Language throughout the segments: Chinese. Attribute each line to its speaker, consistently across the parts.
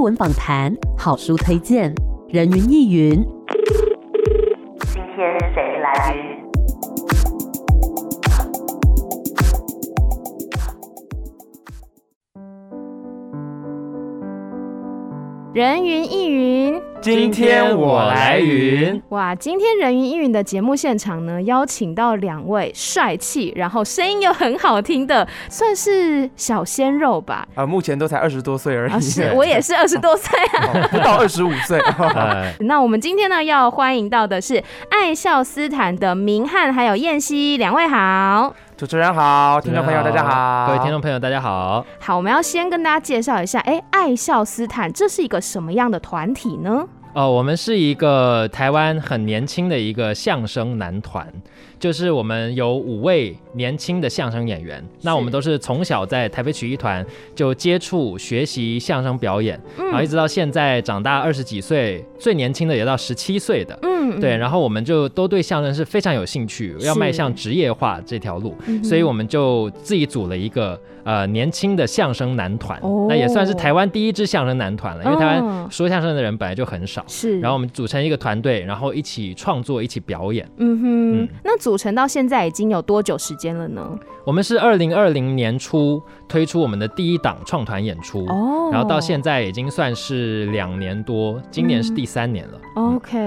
Speaker 1: 文访谈、好书推荐、人云亦云。
Speaker 2: 今天谁来云？
Speaker 3: 人云亦云，
Speaker 4: 今天我来云，
Speaker 3: 哇！今天人云亦云的节目现场呢，邀请到两位帅气，然后声音又很好听的，算是小鲜肉 吧。
Speaker 4: 啊，目前都才二十多岁而已，
Speaker 3: 啊，是我也是二十多岁 啊。
Speaker 4: 哦不到二十五 岁。哦
Speaker 5: 哎，
Speaker 3: 那我们今天呢，要欢迎到的是爱笑斯坦的明翰还有燕西两位好。
Speaker 4: 主持人好，听众朋友大家好，
Speaker 5: 各位听众朋友大家好。
Speaker 3: 好，我们要先跟大家介绍一下，哎，爱笑斯坦这是一个什么样的团体呢？
Speaker 5: 哦，我们是一个台湾很年轻的一个呃相声男团，就是我们有五位年轻的相声演员，那我们都是从小在台北曲艺团就接触学习相声表演，
Speaker 3: 嗯
Speaker 5: 然后一直到现在长大二十几岁，最年轻的也到十七岁的。
Speaker 3: 嗯，
Speaker 5: 对，然后我们就都对相声是非常有兴趣，要
Speaker 3: 是
Speaker 5: 迈向职业化这条路，
Speaker 3: 嗯哼
Speaker 5: 所以我们就自己组了一个呃年轻的相声男团，
Speaker 3: 哦
Speaker 5: 那也算是台湾第一支相声男团了，因为台
Speaker 3: 嗯
Speaker 5: 湾说相声的人本来就很少，
Speaker 3: 是。
Speaker 5: 然后我们组成一个团队，然后一起创作，一起表演。
Speaker 3: 嗯
Speaker 5: 嗯
Speaker 3: 哼，那组成到现在已经有多久时间了呢？
Speaker 5: 我们是二零二零年初推出我们的第一档创团演出，
Speaker 3: 哦
Speaker 5: 然后到现在已经算是两年多，今年是第三年了。嗯
Speaker 3: OK，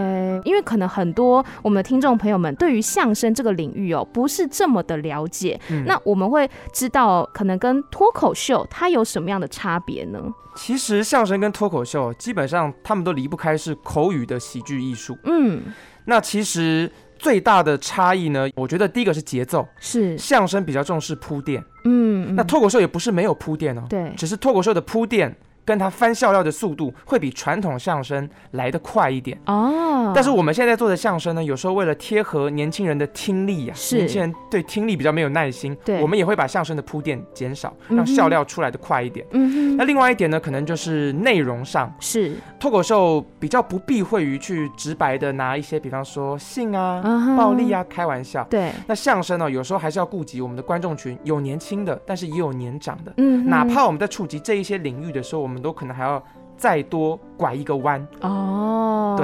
Speaker 3: 因为可能很多我们的听众朋友们对于相声这个领域哦，不是这么的了解。
Speaker 4: 嗯
Speaker 3: 那我们会知道，可能跟脱口秀它有什么样的差别呢？
Speaker 4: 其实相声跟脱口秀基本上他们都离不开是口语的喜剧艺术。
Speaker 3: 嗯，
Speaker 4: 那其实最大的差异呢，我觉得第一个是节奏，
Speaker 3: 是，
Speaker 4: 相声比较重视铺垫，
Speaker 3: 嗯，
Speaker 4: 那
Speaker 3: 嗯
Speaker 4: 脱口秀也不是没有铺垫哦，
Speaker 3: 对，
Speaker 4: 只是脱口秀的铺垫跟它翻笑料的速度会比传统相声来得快一点。
Speaker 3: 哦，
Speaker 4: 但是我们现在做的相声呢，有时候为了贴合年轻人的听力呀、
Speaker 3: 是
Speaker 4: 年轻人对听力比较没有耐心，
Speaker 3: 对
Speaker 4: 我们也会把相声的铺垫减少，
Speaker 3: 嗯哼
Speaker 4: 让笑料出来的快一点。
Speaker 3: 嗯
Speaker 4: 那
Speaker 3: 哼，
Speaker 4: 另外一点呢，可能就是内容上，
Speaker 3: 是，
Speaker 4: 脱口秀比较不避讳于去直白的拿一些，比方说性啊、
Speaker 3: 啊
Speaker 4: 暴力，啊开玩笑。
Speaker 3: 对，
Speaker 4: 那相声呢，有时候还是要顾及我们的观众群，有年轻的，但是也有年长的。
Speaker 3: 嗯哼，
Speaker 4: 哪怕我们在触及这一些领域的时候，我们都可能还要再多拐一个弯，
Speaker 3: 哦，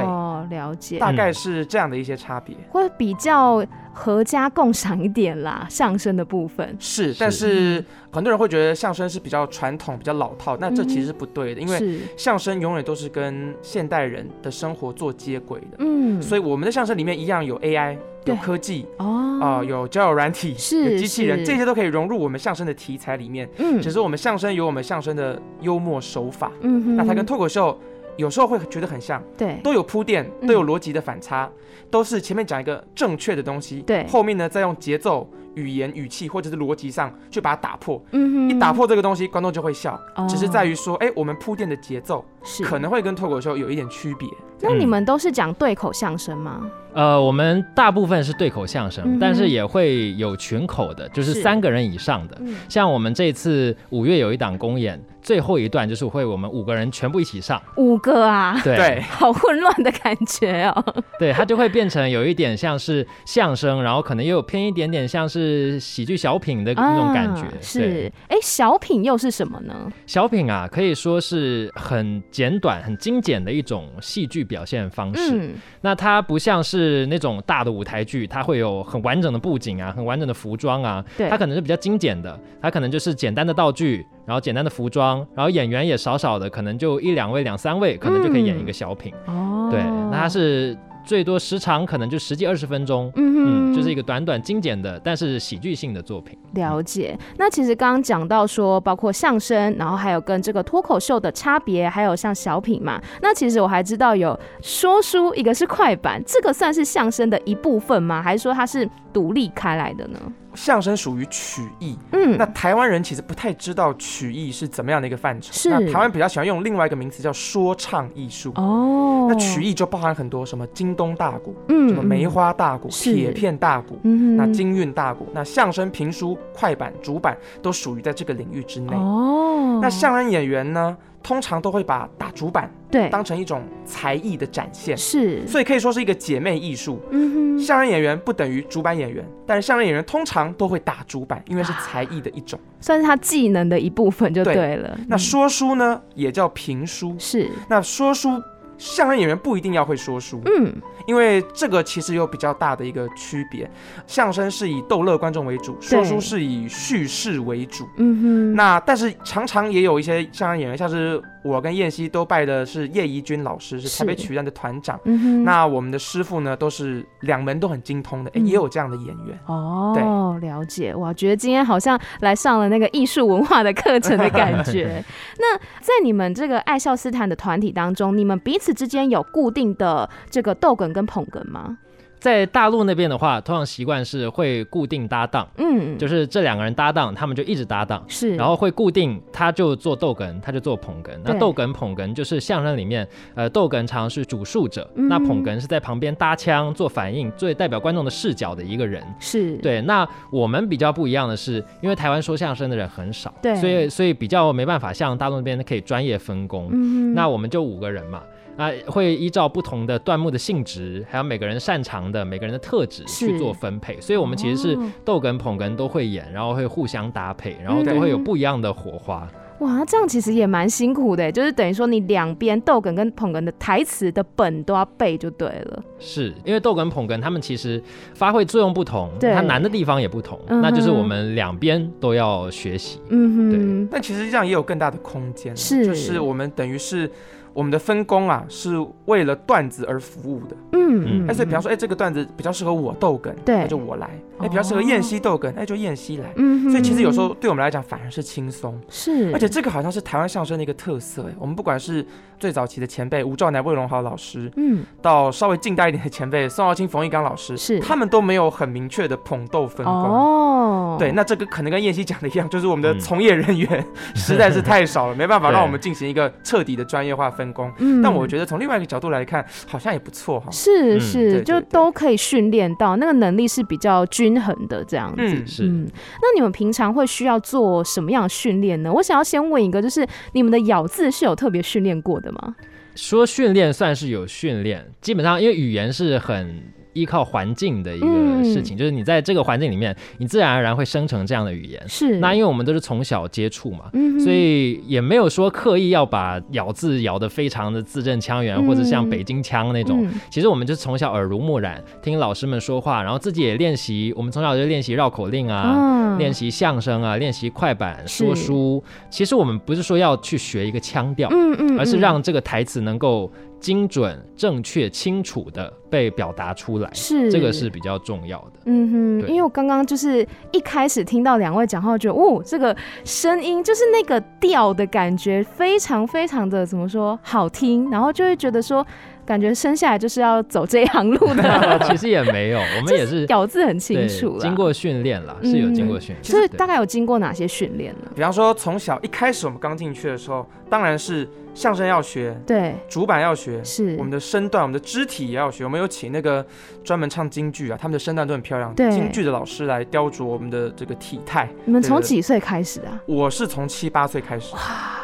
Speaker 3: 对，了解，
Speaker 4: 大概是这样的一些差别。
Speaker 3: 会比较合家共赏一点啦，相声的部分。
Speaker 4: 是，
Speaker 5: 是
Speaker 4: 但是很多人会觉得相声是比较传统、比较老套，那这
Speaker 3: 嗯
Speaker 4: 其实是不对的，因为
Speaker 3: 是，
Speaker 4: 相声永远都是跟现代人的生活做接轨的。
Speaker 3: 嗯，
Speaker 4: 所以我们的相声里面一样有 AI，
Speaker 3: 对
Speaker 4: 有科技
Speaker 3: 哦，
Speaker 4: 啊、有交友软体，
Speaker 3: 是
Speaker 4: 有机器人，
Speaker 3: 是
Speaker 4: 这些都可以融入我们相声的题材里面。
Speaker 3: 嗯
Speaker 4: 只是我们相声有我们相声的幽默手法，
Speaker 3: 嗯哼，
Speaker 4: 那它跟脱口秀有时候会觉得很像，
Speaker 3: 对
Speaker 4: 都有铺垫，
Speaker 3: 嗯
Speaker 4: 都有逻辑的反差，都是前面讲一个正确的东西，
Speaker 3: 对
Speaker 4: 后面呢再用节奏、语言、语气或者是逻辑上去把它打破。
Speaker 3: 嗯哼
Speaker 4: 一打破这个东西，观众就会笑，
Speaker 3: 哦
Speaker 4: 只是在于说，哎，我们铺垫的节奏
Speaker 3: 是
Speaker 4: 可。能会跟脱口秀有一点区别。
Speaker 3: 那
Speaker 5: 嗯
Speaker 3: 你们都是讲对口相声吗？
Speaker 5: 呃，我们大部分是对口相声，
Speaker 3: 嗯哼
Speaker 5: 但是也会有群口的，就是
Speaker 3: 是
Speaker 5: 三个人以上的。
Speaker 3: 嗯，
Speaker 5: 像我们这次五月有一档公演，最后一段就是会我们五个人全部一 起上，
Speaker 3: 五个啊，
Speaker 5: 对
Speaker 4: 对，
Speaker 3: 好混乱的感觉哦。
Speaker 5: 对，它就会变成有一点像是相声，然后可能又有偏一点点像是喜剧小品的那种感觉。
Speaker 3: 啊
Speaker 5: 对
Speaker 3: 是，哎，小品又是什么呢？
Speaker 5: 小品啊，可以说是很简短、很精简的一种戏剧表现方式。
Speaker 3: 嗯，
Speaker 5: 那它不像是那种大的舞台剧，它会有很完整的布景啊，很完整的服装啊，
Speaker 3: 对
Speaker 5: 它可能是比较精简的，它可能就是简单的道具，然后简单的服装，然后演员也少少的，可能就一两位、两三位，可能就可以演一个小品。
Speaker 3: 哦，
Speaker 5: 对，那它，是最多时长可能就十几二十分钟，
Speaker 3: 嗯哼，
Speaker 5: 就是一个短短精简的，但是喜剧性的作品。
Speaker 3: 了解。那其实刚刚讲到说，包括相声，然后还有跟这个脱口秀的差别，还有像小品嘛。那其实我还知道有说书，一个是快板，这个算是相声的一部分吗？还是说它是独立开来的呢？
Speaker 4: 相声属于曲艺，
Speaker 3: 嗯，
Speaker 4: 那台湾人其实不太知道曲艺是怎么样的一个范畴。
Speaker 3: 是
Speaker 4: 那台湾比较喜欢用另外一个名词叫说唱艺术。
Speaker 3: 哦，
Speaker 4: 那曲艺就包含很多什么京东大鼓、
Speaker 3: 嗯，
Speaker 4: 什么梅
Speaker 3: 嗯，
Speaker 4: 花大鼓、
Speaker 3: 是
Speaker 4: 铁片大鼓。
Speaker 3: 嗯
Speaker 4: 那
Speaker 3: 哼
Speaker 4: 京韵大鼓、那相声、评书、快板、主板都属于在这个领域之内。
Speaker 3: 哦，
Speaker 4: 那相声演员呢，通常都会把打竹板
Speaker 3: 对，
Speaker 4: 当成一种才艺的展现，
Speaker 3: 是，
Speaker 4: 所以可以说是一个姐妹艺术。
Speaker 3: 嗯哼，
Speaker 4: 相声演员不等于主板演员，但是相声演员通常都会打主板，因为是
Speaker 3: 啊
Speaker 4: 才艺的一种。
Speaker 3: 算是他技能的一部分就
Speaker 4: 对
Speaker 3: 对了。
Speaker 4: 那
Speaker 3: 嗯
Speaker 4: 说书呢，也叫评书。
Speaker 3: 是，
Speaker 4: 那说书，相声演员不一定要会说书，
Speaker 3: 嗯，
Speaker 4: 因为这个其实有比较大的一个区别。相声是以逗乐观众为主，说书是以叙事为主。
Speaker 3: 嗯哼，
Speaker 4: 那但是常常也有一些相声演员，像是我跟燕西都拜的是叶怡君老师，是
Speaker 3: 是
Speaker 4: 台北曲艺团的团长。
Speaker 3: 嗯哼，
Speaker 4: 那我们的师傅呢，都是两门都很精通的，诶
Speaker 3: 嗯
Speaker 4: 也有这样的演员。
Speaker 3: 哦，了解哇，觉得今天好像来上了那个艺术文化的课程的感 觉。那在你们这个爱笑斯坦的团体当中，你们彼此之间有固定的这个逗哏跟捧哏吗？
Speaker 5: 在大陆那边的话，通常习惯是会固定搭档，
Speaker 3: 嗯，
Speaker 5: 就是这两个人搭档，他们就一直搭档。
Speaker 3: 是，
Speaker 5: 然后会固定，他就做逗哏，他就做捧哏。那
Speaker 3: 对
Speaker 5: 逗哏捧哏就是相声里面，呃，逗哏常是主述者，
Speaker 3: 嗯
Speaker 5: 那捧哏是在旁边搭腔做反应，最代表观众的视角的一个人。
Speaker 3: 是，
Speaker 5: 对，那我们比较不一样的是，因为台湾说相声的人很少，
Speaker 3: 对
Speaker 5: 所以所以比较没办法像大陆那边可以专业分工。
Speaker 3: 嗯哼，
Speaker 5: 那我们就五个人嘛，啊，会依照不同的段目的性质，还有每个人擅长的、每个人的特质
Speaker 3: 是
Speaker 5: 去做分配。所以我们其实是
Speaker 3: 哦
Speaker 5: 逗哏、捧哏都会演，然后会互相搭配，然后都
Speaker 4: 嗯
Speaker 5: 会有不一样的火花。
Speaker 3: 哇，那这样其实也蛮辛苦的，欸就是等于说你两边逗哏跟捧哏的台词的本都要背就对了。
Speaker 5: 是因为逗哏、捧哏他们其实发挥作用不同，
Speaker 3: 对
Speaker 5: 它难的地方也不同，
Speaker 3: 嗯哼
Speaker 5: 那就是我们两边都要学习。
Speaker 3: 嗯哼，
Speaker 4: 但其实这样也有更大的空间，
Speaker 3: 是
Speaker 4: 就是我们等于是我们的分工啊，是为了段子而服务的。
Speaker 3: 嗯，
Speaker 4: 哎、所以比方说，哎、这个段子比较适合我逗哏，
Speaker 3: 对
Speaker 4: 那就我来；哎、
Speaker 3: 哦
Speaker 4: 比较适合燕西逗哏，那就燕西来。
Speaker 3: 嗯哼，
Speaker 4: 所以其实有时候对我们来讲反而是轻松，
Speaker 3: 是，
Speaker 4: 而且这个好像是台湾相声的一个特色。哎我们不管是最早期的前辈吴兆南、魏荣豪老师，
Speaker 3: 嗯
Speaker 4: 到稍微近代一点的前辈宋耀清、冯玉刚老师，
Speaker 3: 是
Speaker 4: 他们都没有很明确的捧逗分工。
Speaker 3: 哦，
Speaker 4: 对，那这个可能跟燕西讲的一样，就是我们的
Speaker 5: 嗯
Speaker 4: 从业人员实在是太少了，没办法
Speaker 5: 对
Speaker 4: 让我们进行一个彻底的专业化分工。
Speaker 3: 嗯，
Speaker 4: 但我觉得从另外一个角度来看，好像也不错哈。
Speaker 3: 是
Speaker 5: 嗯
Speaker 3: 是，
Speaker 4: 对
Speaker 3: 就
Speaker 4: 对
Speaker 3: 都可以训练到那个能力是比较均衡的这样子。
Speaker 4: 嗯，
Speaker 5: 是
Speaker 3: 嗯，那你们平常会需要做什么样的训练呢？我想要先问一个，就是你们的咬字是有特别训练过的吗？
Speaker 5: 说训练算是有训练，基本上因为语言是很依靠环境的一
Speaker 3: 嗯
Speaker 5: 个事情，就是你在这个环境里面，你自然而然会生成这样的语言。
Speaker 3: 是，
Speaker 5: 那因为我们都是从小接触嘛，
Speaker 3: 嗯哼
Speaker 5: 所以也没有说刻意要把咬字咬得非常的字正腔圆，
Speaker 3: 嗯
Speaker 5: 或者像北京腔那种。
Speaker 3: 嗯
Speaker 5: 其实我们就是从小耳濡目染，听老师们说话，然后自己也练习。我们从小就练习绕口令啊，
Speaker 3: 啊
Speaker 5: 练习相声啊，练习快板、说
Speaker 3: 是
Speaker 5: 书。其实我们不是说要去学一个腔调，
Speaker 3: 嗯嗯，
Speaker 5: 而是
Speaker 3: 嗯
Speaker 5: 让这个台词能够精准、正确、清楚的被表达出来，
Speaker 3: 是
Speaker 5: 这个是。比较重要的。
Speaker 3: 嗯哼，
Speaker 5: 对
Speaker 3: 因为我刚刚就是一开始听到两位讲话，我觉得哦，这个声音就是那个调的感觉，非常非常的怎么说好听，然后就会觉得说，感觉生下来就是要走这一行路的，
Speaker 5: 其实也没有， 我们也是
Speaker 3: 咬字很
Speaker 5: 对
Speaker 3: 清楚啦
Speaker 5: 经，过训练啦，
Speaker 3: 嗯
Speaker 5: 是有经过训练。
Speaker 3: 就是
Speaker 5: 对
Speaker 3: 大概有经过哪些训练呢？
Speaker 4: 比方说，从小一开始我们刚进去的时候，当然是相声要学，
Speaker 3: 对，
Speaker 4: 主板要学，
Speaker 3: 是
Speaker 4: 我，们的身段、我们的肢体也要学。我们有请那个专门唱京剧啊，他们的身段都很漂亮，
Speaker 3: 对
Speaker 4: 京剧的老师来雕琢我们的这个体态。
Speaker 3: 你们
Speaker 4: 对
Speaker 3: 从
Speaker 4: 对
Speaker 3: 几岁开始的啊？
Speaker 4: 我是从七八岁开始，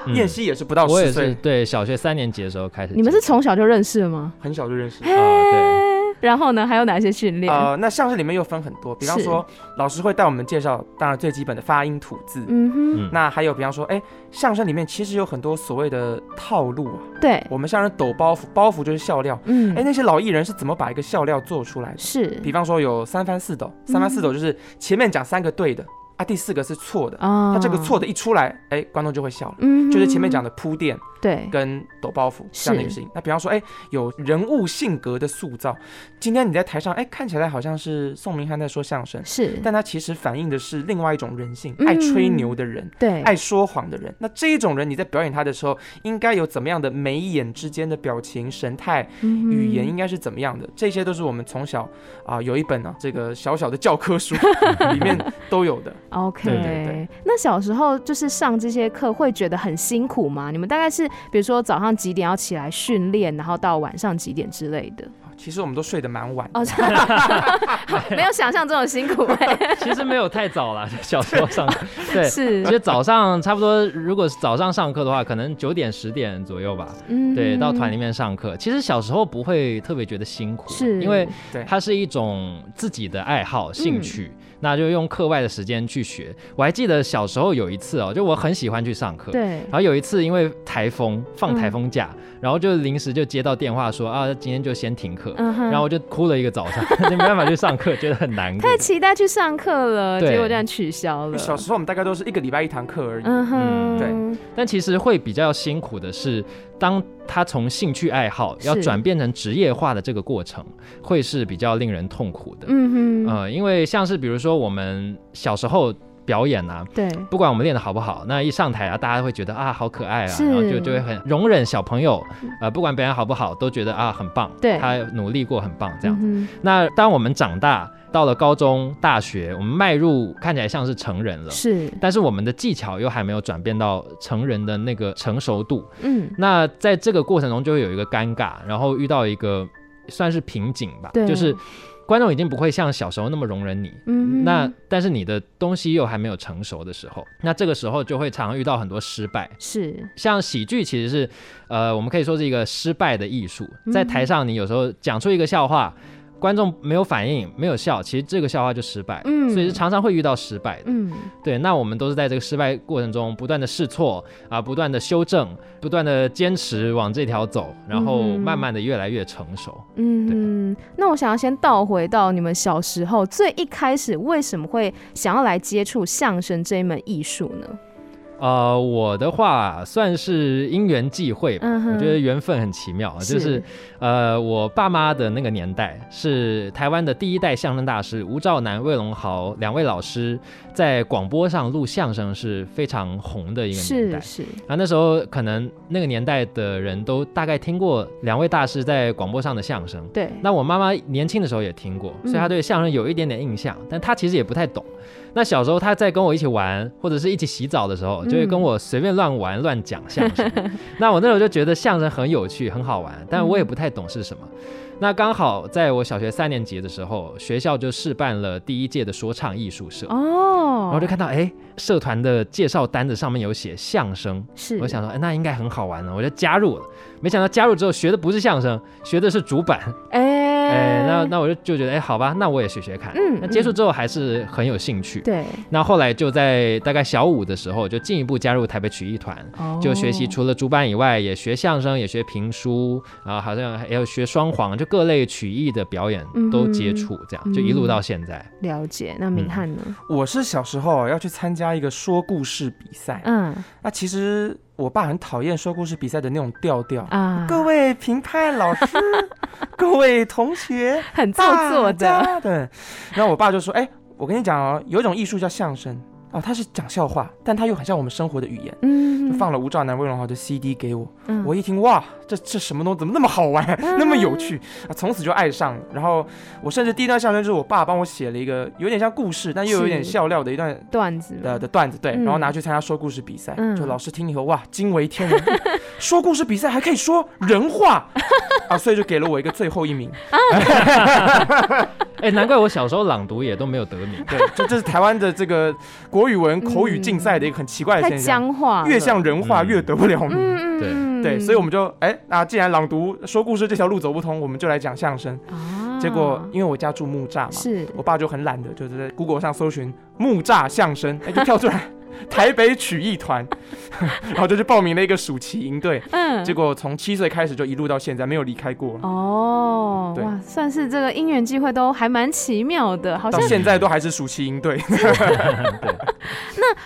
Speaker 5: 嗯
Speaker 4: 燕西也是不到
Speaker 5: 我也
Speaker 4: 十
Speaker 5: 是
Speaker 4: 岁，
Speaker 5: 对小学三年级的时候开始接触。
Speaker 3: 你们是从小就认识了吗？
Speaker 4: 很小就 认识。
Speaker 5: 啊对
Speaker 3: 嘿然后呢，还有哪些训练？
Speaker 4: 呃，那相声里面又分很多，比方
Speaker 3: 是
Speaker 4: 说老师会带我们介绍，当然最基本的发音吐字。
Speaker 3: 嗯哼，
Speaker 5: 嗯
Speaker 4: 那还有，比方说，哎，相声里面其实有很多所谓的套路啊。
Speaker 3: 对，
Speaker 4: 我们相声抖包袱，包袱就是笑料。
Speaker 3: 嗯
Speaker 4: 哎，，那些老艺人是怎么把一个笑料做出来的？
Speaker 3: 是
Speaker 4: 比方说有三翻四抖，三翻四
Speaker 3: 嗯
Speaker 4: 抖就是前面讲三个对的啊，第四个是错的。
Speaker 3: 啊
Speaker 4: 他这个错，的一出来，哎，观众就会笑了。
Speaker 3: 嗯哼，
Speaker 4: 就是前面讲的铺垫
Speaker 3: 对，
Speaker 4: 跟抖包袱这样的一个事情。那比方说，哎，有人物性格的塑造。今天你在台上，哎，看起来好像是宋明翰在说相声，
Speaker 3: 是，
Speaker 4: 但他其实反映的是另外一种人性，
Speaker 3: 嗯
Speaker 4: 爱吹牛的人。
Speaker 3: 对，
Speaker 4: 爱说谎的人，那这种人你在表演他的时候，应该有怎么样的眉眼之间的表情、神态、
Speaker 3: 嗯哼
Speaker 4: 语言，应该是怎么样的？这些都是我们从小啊、有一本呢、这个小小的教科 书里面都有的。
Speaker 3: OK，
Speaker 5: 对
Speaker 4: 对对
Speaker 3: 那小时候就是上这些课会觉得很辛苦吗？你们大概是比如说早上几点要起来训练，然后到晚上几点之类的？
Speaker 4: 其实我们都睡得蛮晚的。
Speaker 3: 哦，真的 没有想象中的辛苦哎、
Speaker 5: 其实没有太早了，小时候 上课对。
Speaker 3: 是
Speaker 5: 其，实早上差不多，如果是早上上课的话，可能九点十点左右吧。
Speaker 3: 嗯
Speaker 5: 对，到团里面上课，其实小时候不会特别觉得辛苦，啊
Speaker 3: 是
Speaker 5: 因为
Speaker 4: 对
Speaker 5: 它是一种自己的爱好、兴趣，
Speaker 3: 嗯
Speaker 5: 那就用课外的时间去学。我还记得小时候有一次哦，就我很喜欢去上课，
Speaker 3: 对
Speaker 5: 然，后有一次因为台风
Speaker 3: 嗯
Speaker 5: 放台风假，然后就临时就接到电话说啊，今天就先停课，
Speaker 3: 嗯哼
Speaker 5: 然后我就哭了一个早 上，就没办法去上课，觉得很难过
Speaker 3: 太。期待去上课了，
Speaker 5: 对
Speaker 3: 结果这样取消了
Speaker 4: 因为。小时候我们大概都是一个礼拜一堂课而已。
Speaker 3: 嗯哼，
Speaker 4: 嗯
Speaker 5: 但其实会比较辛苦的是，当他从兴趣爱好
Speaker 3: 是
Speaker 5: 要转变成职业化的这个过程，会是比较令人痛苦的。
Speaker 3: 嗯哼，
Speaker 5: 呃，因为像是比如说我们小时候表演啊。
Speaker 3: 对，
Speaker 5: 不管我们练得好不好，那一上台啊，大家会觉得啊好可爱啊，
Speaker 3: 是
Speaker 5: 然后就就会很容忍小朋友，呃，不管表演好不好，都觉得啊很棒，
Speaker 3: 对
Speaker 5: 他努力过很棒这样。
Speaker 3: 嗯
Speaker 5: 那当我们长大到了高中、大学，我们迈入看起来像是成人
Speaker 3: 哼
Speaker 5: 了，
Speaker 3: 是，
Speaker 5: 但是我们的技巧又还没有转变到成人的那个成熟度。
Speaker 3: 嗯，
Speaker 5: 那在这个过程中就会有一个尴尬，然后遇到一个算是瓶颈吧，
Speaker 3: 对
Speaker 5: 就是观众已经不会像小时候那么容忍你。
Speaker 3: 嗯哼
Speaker 5: 那但是你的东西又还没有成熟的时候，那这个时候就会常遇到很多失败。
Speaker 3: 是，
Speaker 5: 像喜剧其实是，呃，我们可以说是一个失败的艺术
Speaker 3: 嗯。
Speaker 5: 在台上，你有时候讲出一个笑话，观众没有反应，没有笑，其实这个笑话就失败。
Speaker 3: 嗯
Speaker 5: 所以是常常会遇到失败的。
Speaker 3: 嗯，
Speaker 5: 对，那我们都是在这个失败过程中不断的试错啊，不断的修正，不断的坚持往这条走，然后
Speaker 3: 嗯
Speaker 5: 慢慢的越来越成熟。
Speaker 3: 嗯哼，那我想要先倒回到你们小时候最一开始为什么会想要来接触相声这一门艺术呢？
Speaker 5: 呃，我的话算是因缘际会吧，
Speaker 3: 嗯哼
Speaker 5: 我觉得缘分很奇妙，哦就是呃，我爸妈的那个年代是台湾的第一代相声大师吴兆南、魏龙豪两位老师在广播上录相声是非常红的一个年代
Speaker 3: 是。是，
Speaker 5: 啊，那时候可能那个年代的人都大概听过两位大师在广播上的相声。
Speaker 3: 对，
Speaker 5: 那我妈妈年轻的时候也听过，
Speaker 3: 嗯
Speaker 5: 所以她对相声有一点点印象，但她其实也不太懂。那小时候她在跟我一起玩，或者是一起洗澡的时候，
Speaker 3: 嗯
Speaker 5: 就会跟我随便乱玩乱讲相 声。那我那时候就觉得相声很有趣，很好玩，但我也不太懂是什么。
Speaker 3: 嗯
Speaker 5: 那刚好在我小学三年级的时候，学校就试办了第一届的说唱艺术社，
Speaker 3: 哦，
Speaker 5: 然后就看到哎，社团的介绍单子上面有写相声，
Speaker 3: 是，
Speaker 5: 我想说，哎，那应该很好玩呢，我就加入了。没想到加入之后学的不是相声，学的是主板。
Speaker 3: 哎，
Speaker 5: 哎，那那我就就觉得，哎，好吧，那我也学学看。
Speaker 3: 嗯
Speaker 5: 那接触之后还是很有兴趣。
Speaker 3: 对，
Speaker 5: 那后来就在大概小五的时候，就进一步加入台北曲艺团。
Speaker 3: 哦
Speaker 5: 就学习除了主板以外，也学相声，也学评书，啊，好像还有学双簧，就各类曲艺的表演
Speaker 3: 嗯
Speaker 5: 都接触，这样就一路到现在。
Speaker 3: 了解。那明
Speaker 5: 嗯
Speaker 3: 翰呢？
Speaker 4: 我是小时候啊要去参加一个说故事比赛，
Speaker 3: 嗯
Speaker 4: 那其实我爸很讨厌说故事比赛的那种调调。
Speaker 3: 啊，
Speaker 4: 各位评判老师， 各位同学，
Speaker 3: 很做
Speaker 4: 大
Speaker 3: 作的，
Speaker 4: 家对。然后我爸就说：“哎、我跟你讲哦，有一种艺术叫相声哦，它是讲笑话，但它又很像我们生活的语言。”就
Speaker 3: 嗯，
Speaker 4: 放了吴兆南、魏荣豪的 CD 给我，
Speaker 3: 嗯
Speaker 4: 我一听哇，这这什么东西怎么那么好玩，那么有趣啊！从此就爱上了。然后我甚至第一段相声就是我爸帮我写了一个有点像故事，但又有点
Speaker 3: 是
Speaker 4: 笑料的一段
Speaker 3: 段子嘛
Speaker 4: 的的段子，对，然后
Speaker 3: 嗯
Speaker 4: 拿去参加说故事比赛，
Speaker 3: 嗯
Speaker 4: 就老师听以后哇，惊为天人， 说故事比赛还可以说人话啊，所以就给了我一个最后一名。
Speaker 5: 哎，难怪我小时候朗读也都没有得名。
Speaker 3: 嗯
Speaker 4: 对，这这是台湾的这个国语文口语竞赛的一个很奇怪的
Speaker 3: 嗯太
Speaker 4: 现象，
Speaker 3: 僵化了，
Speaker 4: 越像人话
Speaker 5: 嗯
Speaker 4: 越得不了名。
Speaker 3: 嗯，嗯
Speaker 5: 对
Speaker 3: 嗯
Speaker 4: 对，所以我们就哎，那、既然朗读说故事这条路走不通，我们就来讲相声。
Speaker 3: 啊，
Speaker 4: 结果因为我家住木栅嘛，
Speaker 3: 是
Speaker 4: 我爸就很懒的，就是在 Google 上搜寻木栅 相声，哎，就跳出来台北曲艺团， 然后就去报名了一个暑期营队。
Speaker 3: 嗯，
Speaker 4: 结果从七岁开始就一路到现在没有离开过，
Speaker 3: 哦，
Speaker 4: 对
Speaker 3: 哇，算是这个因缘际会都还蛮奇妙的，好
Speaker 4: 到
Speaker 3: 像
Speaker 4: 现在都还是暑期营队。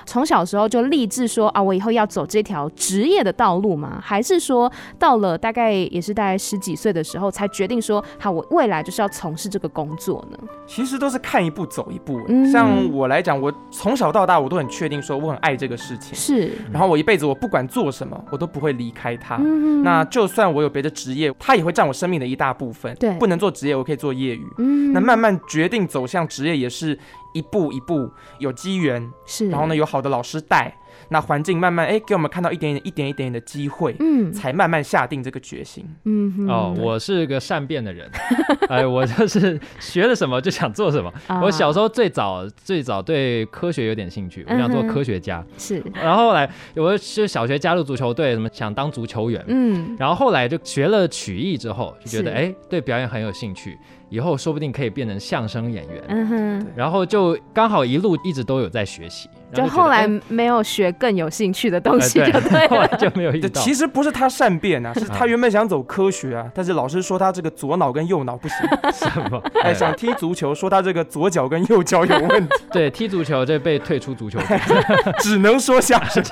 Speaker 3: 从小时候就立志说啊，我以后要走这条职业的道路嘛，还是说到了大概也是大概十几岁的时候才决定说，好，我未来就是要从事这个工作呢？
Speaker 4: 其实都是看一步走一步。
Speaker 3: 嗯
Speaker 4: 像我来讲，我从小到大我都很确定说我很爱这个事情，
Speaker 3: 是，
Speaker 4: 然后我一辈子我不管做什么，我都不会离开它。
Speaker 3: 嗯
Speaker 4: 那就算我有别的职业，它也会占我生命的一大部分。
Speaker 3: 对
Speaker 4: 不能做职业，我可以做业余。
Speaker 3: 嗯
Speaker 4: 那慢慢决定走向职业，也是一步一步有机缘，
Speaker 3: 是，
Speaker 4: 然后呢有好的老师带，那环境慢慢哎给我们看到一点点、一点一点点的机会，
Speaker 3: 嗯
Speaker 4: 才慢慢下定这个决心。
Speaker 3: 嗯哼
Speaker 5: 哦，我是个善变的人，哎，我就是学了什么就想做什么。
Speaker 3: 啊
Speaker 5: 我小时候最早最早对科学有点兴趣，我想
Speaker 3: 嗯
Speaker 5: 做科学家。
Speaker 3: 是
Speaker 5: 然后后来我是小学加入足球队，什么想当足球员。
Speaker 3: 嗯
Speaker 5: 然后后来就学了曲艺之后，就觉得
Speaker 3: 是
Speaker 5: 哎对表演很有兴趣，以后说不定可以变成相声演员。
Speaker 3: 嗯哼，
Speaker 5: 然后就刚好一路一直都有在学习，然
Speaker 3: 就
Speaker 5: 觉得
Speaker 3: 后来
Speaker 5: 哎
Speaker 3: 没有学更有兴趣的东
Speaker 5: 呃
Speaker 3: 西就对
Speaker 5: 后来
Speaker 3: 了。
Speaker 5: 就没有遇
Speaker 4: 对，
Speaker 5: 到。
Speaker 4: 其实不是他善变 啊，是
Speaker 5: 啊
Speaker 4: 他原本想走科学啊，但是老师说他这个左脑跟右脑不行，
Speaker 5: 什么？
Speaker 4: 哎，想踢足球，说他这个左脚跟右脚有问题，
Speaker 5: 对踢足球就被退出足球 队，
Speaker 4: 只能说相声。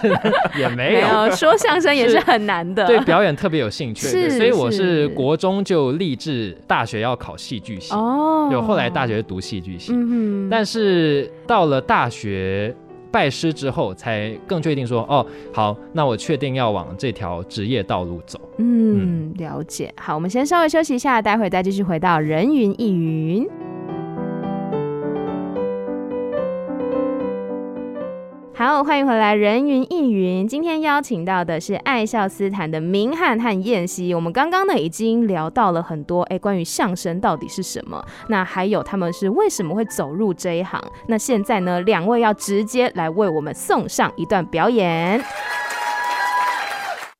Speaker 5: 也没
Speaker 3: 没
Speaker 5: 有。
Speaker 3: 有说相声也是很难的，
Speaker 5: 对表演特别有兴趣，
Speaker 3: 是
Speaker 5: 所以我是
Speaker 3: 是
Speaker 5: 国中就立志大学要考戏剧系，
Speaker 3: 哦，
Speaker 5: 就后来大学读戏剧系，
Speaker 3: 嗯哼，
Speaker 5: 但是到了大学拜师之后，才更确定说，哦，好，那我确定要往这条职业道路走。
Speaker 3: 嗯，了解。好，我们先稍微休息一下，待会再继续回到人云亦云。好，欢迎回来，《人云亦云》。今天邀请到的是爱笑斯坦的明翰和燕西。我们刚刚呢已经聊到了很多，哎，关于相声到底是什么，那还有他们是为什么会走入这一行。那现在呢，两位要直接来为我们送上一段表演。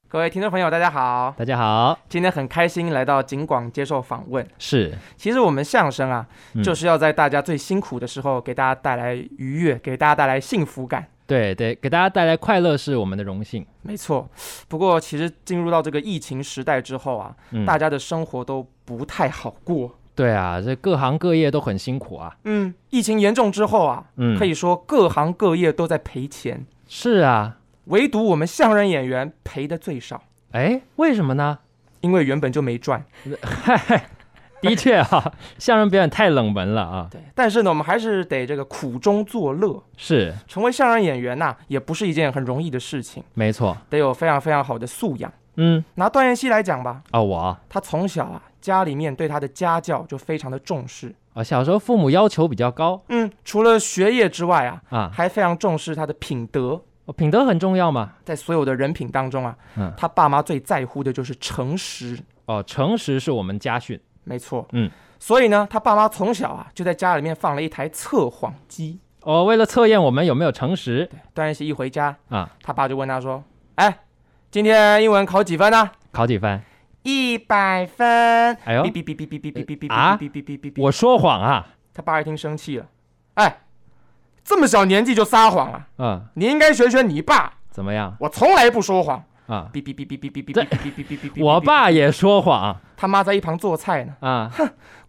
Speaker 4: 各位听众朋友，大家好，
Speaker 5: 大家好，
Speaker 4: 今天很开心来到景广接受访问。
Speaker 5: 是
Speaker 4: 其实我们相声啊，
Speaker 5: 嗯
Speaker 4: 就是要在大家最辛苦的时候给大家带来愉悦，给大家带来幸福感。
Speaker 5: 对对，给大家带来快乐是我们的荣幸。
Speaker 4: 没错，不过其实进入到这个疫情时代之后啊，
Speaker 5: 嗯，
Speaker 4: 大家的生活都不太好过。
Speaker 5: 对啊，这各行各业都很辛苦啊。
Speaker 4: 嗯，疫情严重之后啊，
Speaker 5: 嗯，
Speaker 4: 可以说各行各业都在赔钱，
Speaker 5: 是啊，
Speaker 4: 唯独我们相声演员赔的最少，
Speaker 5: 哎，为什么 呢？
Speaker 4: 因为原本就没赚。
Speaker 5: 的确啊，相声表演太冷门了啊。
Speaker 4: 对，但是呢，我们还是得这个苦中作乐。
Speaker 5: 是，
Speaker 4: 成为相声演员呐、也不是一件很容易的事情，
Speaker 5: 没错。
Speaker 4: 得有非常非常好的素养。
Speaker 5: 嗯，
Speaker 4: 拿段燕西来讲吧，
Speaker 5: 哦，我啊
Speaker 4: 他从小啊，家里面对他的家教就非常的重视。
Speaker 5: 哦小时候父母要求比较高
Speaker 4: 嗯，除了学业之外啊，
Speaker 5: 啊，
Speaker 4: 还非常重视他的品德。
Speaker 5: 哦品德很重要嘛。
Speaker 4: 在所有的人品当中啊，
Speaker 5: 嗯
Speaker 4: 他爸妈最在乎的就是诚实。
Speaker 5: 哦，诚实是我们家训。
Speaker 4: 没错，
Speaker 5: 嗯，
Speaker 4: 所以呢，他爸妈从小啊就在家里面放了一台测谎机。
Speaker 5: 哦，为了测验我们有没有诚实
Speaker 4: 段燕西一回家，
Speaker 5: 啊，
Speaker 4: 他爸就问他说：“哎，今天英文考几分呢、啊
Speaker 5: 考几分？
Speaker 4: 一百分。”
Speaker 5: 哎呦
Speaker 4: 哔，哔哔哔哔哔哔哔
Speaker 5: 啊
Speaker 4: 哔哔哔哔哔哔。
Speaker 5: 我说谎啊。
Speaker 4: 他爸一听生气了，哎，这么小年纪就撒谎啊！
Speaker 5: 嗯，
Speaker 4: 你应该学学你爸，
Speaker 5: 怎么样
Speaker 4: 我从来不说谎。
Speaker 5: 啊？
Speaker 4: 哔哔哔哔哔哔哔哔哔哔哔哔哔。
Speaker 5: 我爸也说谎
Speaker 4: 他妈在一旁做菜呢，
Speaker 5: 啊。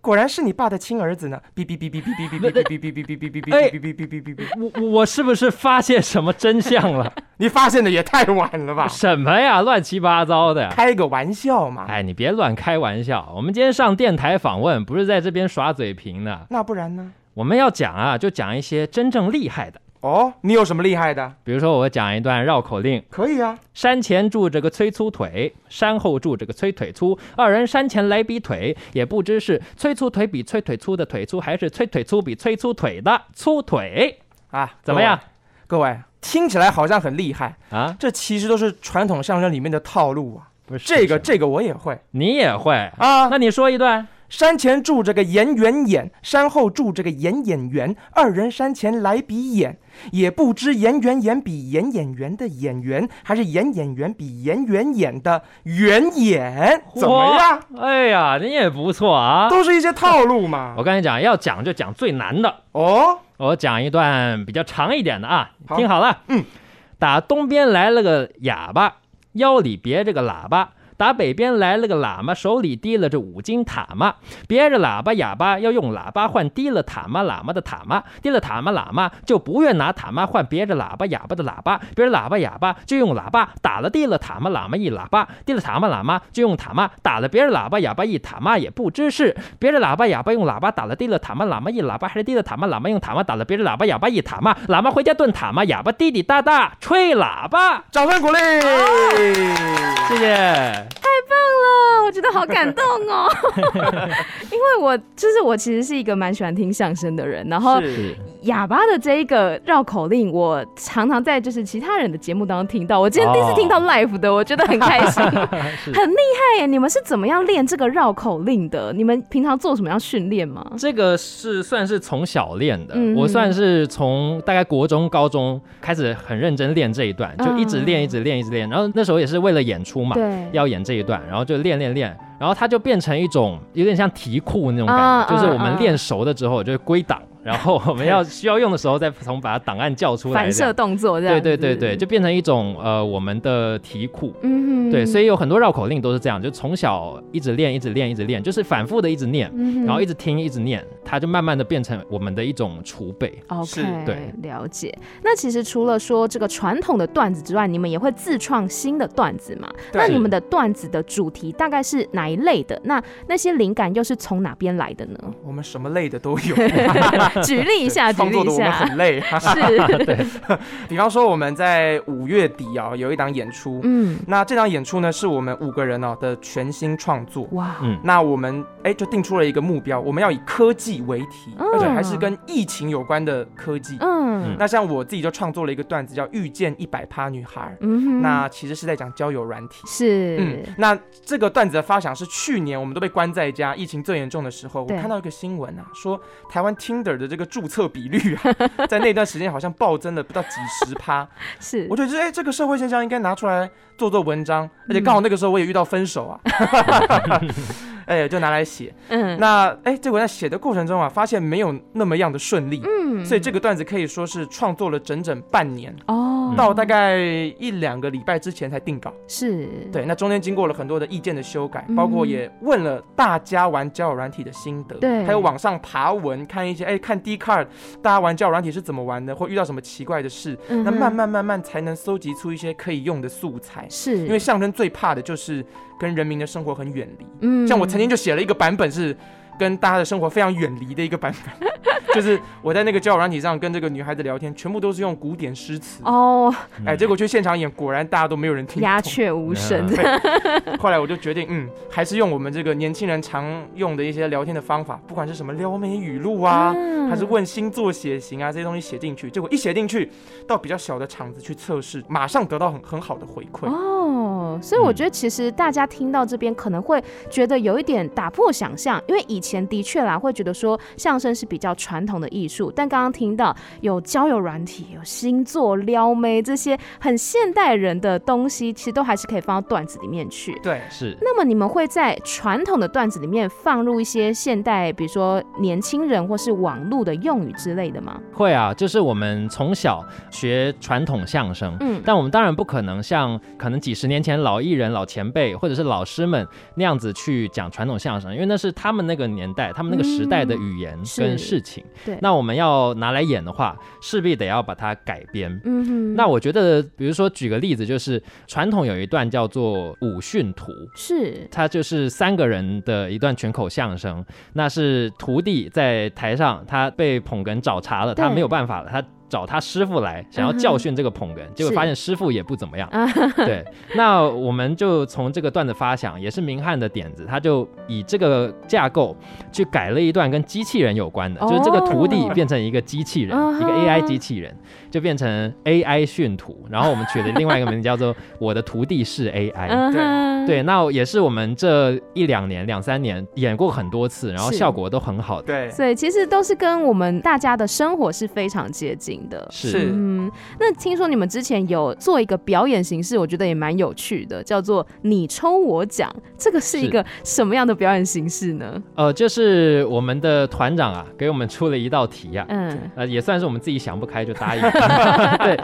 Speaker 4: 果然是你爸的亲儿子呢。哔哔哔哔哔哔哔哔哔哔哔哔哔哔哔哔哔哔哔。
Speaker 5: 我我是不是发现什么真相了？
Speaker 4: 你发现的也太晚了吧？
Speaker 5: 什么呀，乱七八糟的呀！
Speaker 4: 开个玩笑嘛，
Speaker 5: 哎，你别乱开玩笑。我们今天上电台访问，不是在这边耍嘴贫的。
Speaker 4: 那不然呢？
Speaker 5: 我们要讲啊，就讲一些真正厉害的。
Speaker 4: 哦，你有什么厉害的？
Speaker 5: 比如说，我讲一段绕口令：
Speaker 4: 可以啊，
Speaker 5: 山前住着个崔粗腿，山后住着个崔腿粗。二人山前来比腿，也不知是崔粗腿比崔腿粗的腿粗，还是崔腿粗比崔粗腿的粗腿。
Speaker 4: 啊，
Speaker 5: 怎么样
Speaker 4: 各位？各位听起来好像很厉害，
Speaker 5: 啊？
Speaker 4: 这其实都是传统相声里面的套路啊。
Speaker 5: 不是
Speaker 4: 这个这个我也会
Speaker 5: 你也会？
Speaker 4: 啊。
Speaker 5: 那你说一段
Speaker 4: 山前住着个演员演，山后住着个演演员，二人山前来比演，也不知演员演比演演员的演员，还是演演员比演员演的圆演，怎么样？？
Speaker 5: 哇哎呀，你也不错啊！
Speaker 4: 都是一些套路嘛
Speaker 5: 我。跟你讲，要讲就讲最难的。
Speaker 4: 哦，
Speaker 5: 我讲一段比较长一点的啊，
Speaker 4: 好
Speaker 5: 听好了。
Speaker 4: 嗯，
Speaker 5: 打东边来了个哑巴，腰里别着个喇叭；打北边来了个喇嘛，手里提了这五斤塔嘛。别着喇叭哑巴要用喇叭换提了塔嘛喇嘛的塔嘛，提了塔嘛喇嘛就不愿拿塔嘛换别着喇叭哑巴的喇叭，别着喇叭哑巴就用喇叭打了提了塔嘛喇嘛一喇叭，提了塔嘛喇嘛就用塔嘛打了别着喇叭哑巴一塔嘛也不知是别着喇叭哑巴用喇叭打了提了塔嘛喇嘛一喇叭，还是提了塔嘛喇嘛用塔嘛打了别着喇叭哑巴一塔嘛，喇嘛回家炖塔嘛，哑巴滴滴答答吹喇叭，
Speaker 4: 掌声鼓励。
Speaker 5: 谢谢。
Speaker 3: 啊，我觉得好感动哦，因为我就是我其实是一个蛮喜欢听相声的人，然后
Speaker 4: 是
Speaker 3: 哑巴的这一个绕口令，我常常在就是其他人的节目当中听到。我今天第一次听到 live 的，我觉得很开心，
Speaker 5: 哦 是
Speaker 3: 很厉害耶！你们是怎么样练这个绕口令的？你们平常做什么样训练吗？
Speaker 5: 这个是算是从小练的，
Speaker 3: 嗯
Speaker 5: 我算是从大概国中、高中开始很认真练这一段，就一直练、一直练、一直练。然后那时候也是为了演出嘛，
Speaker 3: 啊对
Speaker 5: 要演这一段，然后就练练练，然后它就变成一种有点像题库那种感觉，
Speaker 3: 啊
Speaker 5: 就是我
Speaker 3: 啊啊
Speaker 5: 们练熟了之后就是归档，然后我们要需要用的时候再从把档案叫出来。
Speaker 3: 反射。动作这样嗯
Speaker 5: 对
Speaker 3: 子。
Speaker 5: 对对对，就变成一种呃我们的题库。
Speaker 3: 嗯哼
Speaker 5: 对，所
Speaker 3: 以
Speaker 5: 以有很多绕口令都是这样，就从小一直练，一直练，一直练，就是反复的一直念。
Speaker 3: 嗯
Speaker 5: 然后一直听，一直念，它就慢慢的变成我们的一种储备。
Speaker 4: 是
Speaker 3: OK，
Speaker 5: 对
Speaker 3: 了解。那其实除了说这个传统的段子之外，你们也会自创新的段子嘛？
Speaker 4: 对
Speaker 3: 那你们的段子的主题大概是哪一类的？那那些灵感又是从哪边来的 呢？
Speaker 4: 我们什么类的都有，啊
Speaker 3: 举例一下，举
Speaker 4: 创
Speaker 3: 例
Speaker 4: 作
Speaker 3: 一
Speaker 4: 的我们
Speaker 3: 下。
Speaker 4: 很累。
Speaker 3: 是，
Speaker 4: 比方说我们在五月底啊、有一档演出，
Speaker 3: 嗯，
Speaker 4: 那这档演出呢是我们五个人哦、的全新创作。
Speaker 3: 哇，
Speaker 5: 嗯
Speaker 4: 那我们哎就定出了一个目标，我们要以科技为题，
Speaker 3: 嗯
Speaker 4: 而且还是跟疫情有关的科技。
Speaker 3: 嗯
Speaker 4: 那像我自己就创作了一个段子，叫《遇见一百趴女孩》，
Speaker 3: 嗯哼，
Speaker 4: 那其实是在讲交友软体。嗯
Speaker 3: 是，，
Speaker 4: 那这个段子的发想是去年我们都被关在家，疫情最严重的时候，我
Speaker 3: 对
Speaker 4: 看到一个新闻啊，说台湾 Tinder 的这个注册比率啊，在那段时间好像暴增了不到几十趴。
Speaker 3: 是
Speaker 4: 我，觉得这哎、这个社会现象应该拿出来做做文章，而
Speaker 3: 嗯
Speaker 4: 且刚好那个时候我也遇到分手 啊，哎、就拿来写。
Speaker 3: 嗯
Speaker 4: 那哎、这我在写的过程中啊，发现没有那么样的顺利，
Speaker 3: 嗯
Speaker 4: 所以这个段子可以说是创作了整整半年，
Speaker 3: 哦，
Speaker 4: 到大概一两个礼拜之前才定
Speaker 3: 嗯
Speaker 4: 稿。
Speaker 3: 是，
Speaker 4: 对，那中间经过了很多的意见的修改，
Speaker 3: 嗯
Speaker 4: 包括也问了大家玩交友软体的心得，
Speaker 3: 对
Speaker 4: 还有网上爬文看一些，哎、看 d c a r d 大家玩交友软体是怎么玩的，或遇到什么奇怪的事，
Speaker 3: 嗯哼，
Speaker 4: 那慢慢慢慢才能搜集出一些可以用的素材。
Speaker 3: 是，
Speaker 4: 因为象征最怕的就是跟人民的生活很远离，
Speaker 3: 嗯
Speaker 4: 像我曾经就写了一个版本是。跟大家的生活非常远离的一个版 本，就是我在那个交友软体上跟这个女孩子聊天，全部都是用古典诗词，
Speaker 3: 哦
Speaker 5: 嗯
Speaker 4: 哎，结果去现场演，果然大家都没有人听懂。
Speaker 3: 鸦雀无声，
Speaker 5: 嗯
Speaker 4: 后来我就决定，嗯， 还是用我们这个年轻人常用的一些聊天的方法，不管是什么撩妹语录啊，还
Speaker 3: 嗯
Speaker 4: 是问星座血型啊这些东西写进去。结果一写进去，到比较小的场子去测试，马上得到很很好的回馈。
Speaker 3: 哦，所以
Speaker 5: 嗯
Speaker 3: 我觉得其实大家听到这边可能会觉得有一点打破想象，因为以前的确啦会觉得说相声是比较传统的艺术，但刚刚听到有交友软体、有星座、撩妹这些很现代人的东西，其实都还是可以放到段子里面去。
Speaker 4: 对，
Speaker 5: 是
Speaker 3: 那么你们会在传统的段子里面放入一些现代，比如说年轻人或是网络的用语之类的吗？
Speaker 5: 会啊，就是我们从小学传统相声，
Speaker 3: 嗯
Speaker 5: 但我们当然不可能像可能几十年前老艺人、老前辈或者是老师们那样子去讲传统相声，因为那是他们那个年代、他们那个时代的语言
Speaker 3: 嗯是
Speaker 5: 跟事情。
Speaker 3: 对
Speaker 5: 那我们要拿来演的话，势必得要把它改编。
Speaker 3: 嗯哼，
Speaker 5: 那我觉得，比如说举个例子，就是传统有一段叫做武训图，
Speaker 3: 是
Speaker 5: 它就是三个人的一段群口相声，那是徒弟在台上，他被捧哏找茬了，他
Speaker 3: 对
Speaker 5: 没有办法了，他。找他师傅来，想要
Speaker 3: 嗯哼
Speaker 5: 教训这个捧哏，结果
Speaker 3: 是
Speaker 5: 发现师傅也不怎么样
Speaker 3: 啊。
Speaker 5: 对，那我们就从这个段子发想，也是明翰的点子，他就以这个架构去改了一段跟机器人有关的，就是这个徒弟
Speaker 3: 哦
Speaker 5: 变成一个机器人，
Speaker 3: 嗯
Speaker 5: 一个
Speaker 3: 哼
Speaker 5: AI 机器人，就变成 AI 训徒。然后我们取了另外一个名字叫做“我的徒弟是 AI”。
Speaker 3: 嗯
Speaker 4: 对
Speaker 3: 哼，
Speaker 5: 对，那也是我们这一两年、两三年演过很多次，然后
Speaker 3: 是
Speaker 5: 效果都很好的。
Speaker 4: 对，
Speaker 3: 所以其实都是跟我们大家的生活是非常接近的。
Speaker 4: 是
Speaker 3: 嗯，那听说你们之前有做一个表演形式，我觉得也蛮有趣的，叫做“你抽我奖”，这个是一
Speaker 5: 是
Speaker 3: 个什么样的表演形式呢？
Speaker 5: 呃，就是我们的团长啊，给我们出了一道题呀、
Speaker 3: 嗯，
Speaker 5: 呃，也算是我们自己想不开就 答应 了。对，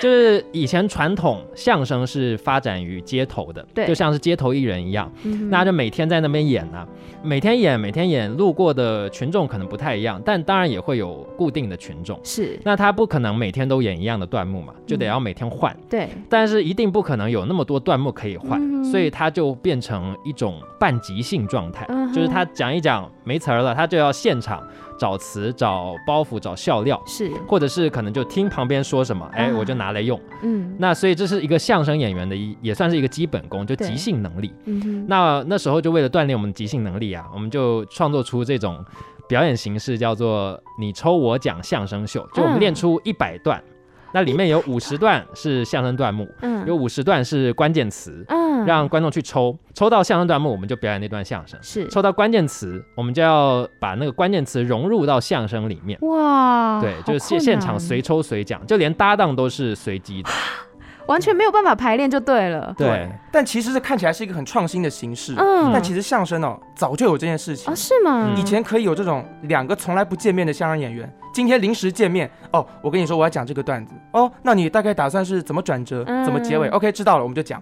Speaker 5: 就是以前传统相声是发展于街头的，
Speaker 3: 对
Speaker 5: 就像是街头艺人一样，
Speaker 3: 嗯哼
Speaker 5: 大家就每天在那边演呐、啊每天演，每天演，路过的群众可能不太一样，但当然也会有固定的群众。
Speaker 3: 是
Speaker 5: 那他不可能每天都演一样的段目嘛，就
Speaker 3: 嗯
Speaker 5: 得要每天换。
Speaker 3: 对，
Speaker 5: 但是一定不可能有那么多段目可以换，
Speaker 3: 嗯哼
Speaker 5: 所以它就变成一种半即兴状态，
Speaker 3: 嗯哼
Speaker 5: 就是他讲一讲没词儿了，他就要现场找词、找包袱、找笑料，
Speaker 3: 是，
Speaker 5: 或者是可能就听旁边说什么，哎，
Speaker 3: 啊
Speaker 5: 我就拿来用。
Speaker 3: 嗯
Speaker 5: 那所以这是一个相声演员的一，也算是一个基本功，就
Speaker 3: 对
Speaker 5: 即兴能力。
Speaker 3: 嗯哼，
Speaker 5: 那那时候就为了锻炼我们的即兴能力啊，我们就创作出这种表演形式，叫做“你抽我讲相声秀”。就我们
Speaker 3: 嗯
Speaker 5: 练出一百段，那里面有五十段是相声段目，
Speaker 3: 嗯
Speaker 5: 有五十段是关键词，
Speaker 3: 嗯
Speaker 5: 让观众去抽，抽到相声段目，我们就表演那段相声；
Speaker 3: 是
Speaker 5: 抽到关键词，我们就要把那个关键词融入到相声里面。
Speaker 3: 哇，
Speaker 5: 对，
Speaker 3: 哦好
Speaker 5: 就是现
Speaker 3: 困
Speaker 5: 现场
Speaker 3: 难哦
Speaker 5: 随抽随讲，就连搭档都是随 机的。
Speaker 3: 完全没有办法排练就对了，
Speaker 5: 对，
Speaker 4: 但其实这看起来是一个很创新的形式，
Speaker 3: 嗯，
Speaker 4: 但其实相声哦早就有这件事情
Speaker 3: 哦。是吗？
Speaker 5: 嗯
Speaker 4: 以前可以有这种两个从来不见面的相声演员，今天临时见面哦，我跟你说我要讲这个段子哦，那你大概打算是怎么转折，
Speaker 3: 嗯
Speaker 4: 怎么结尾？OK，知道了，我们就讲。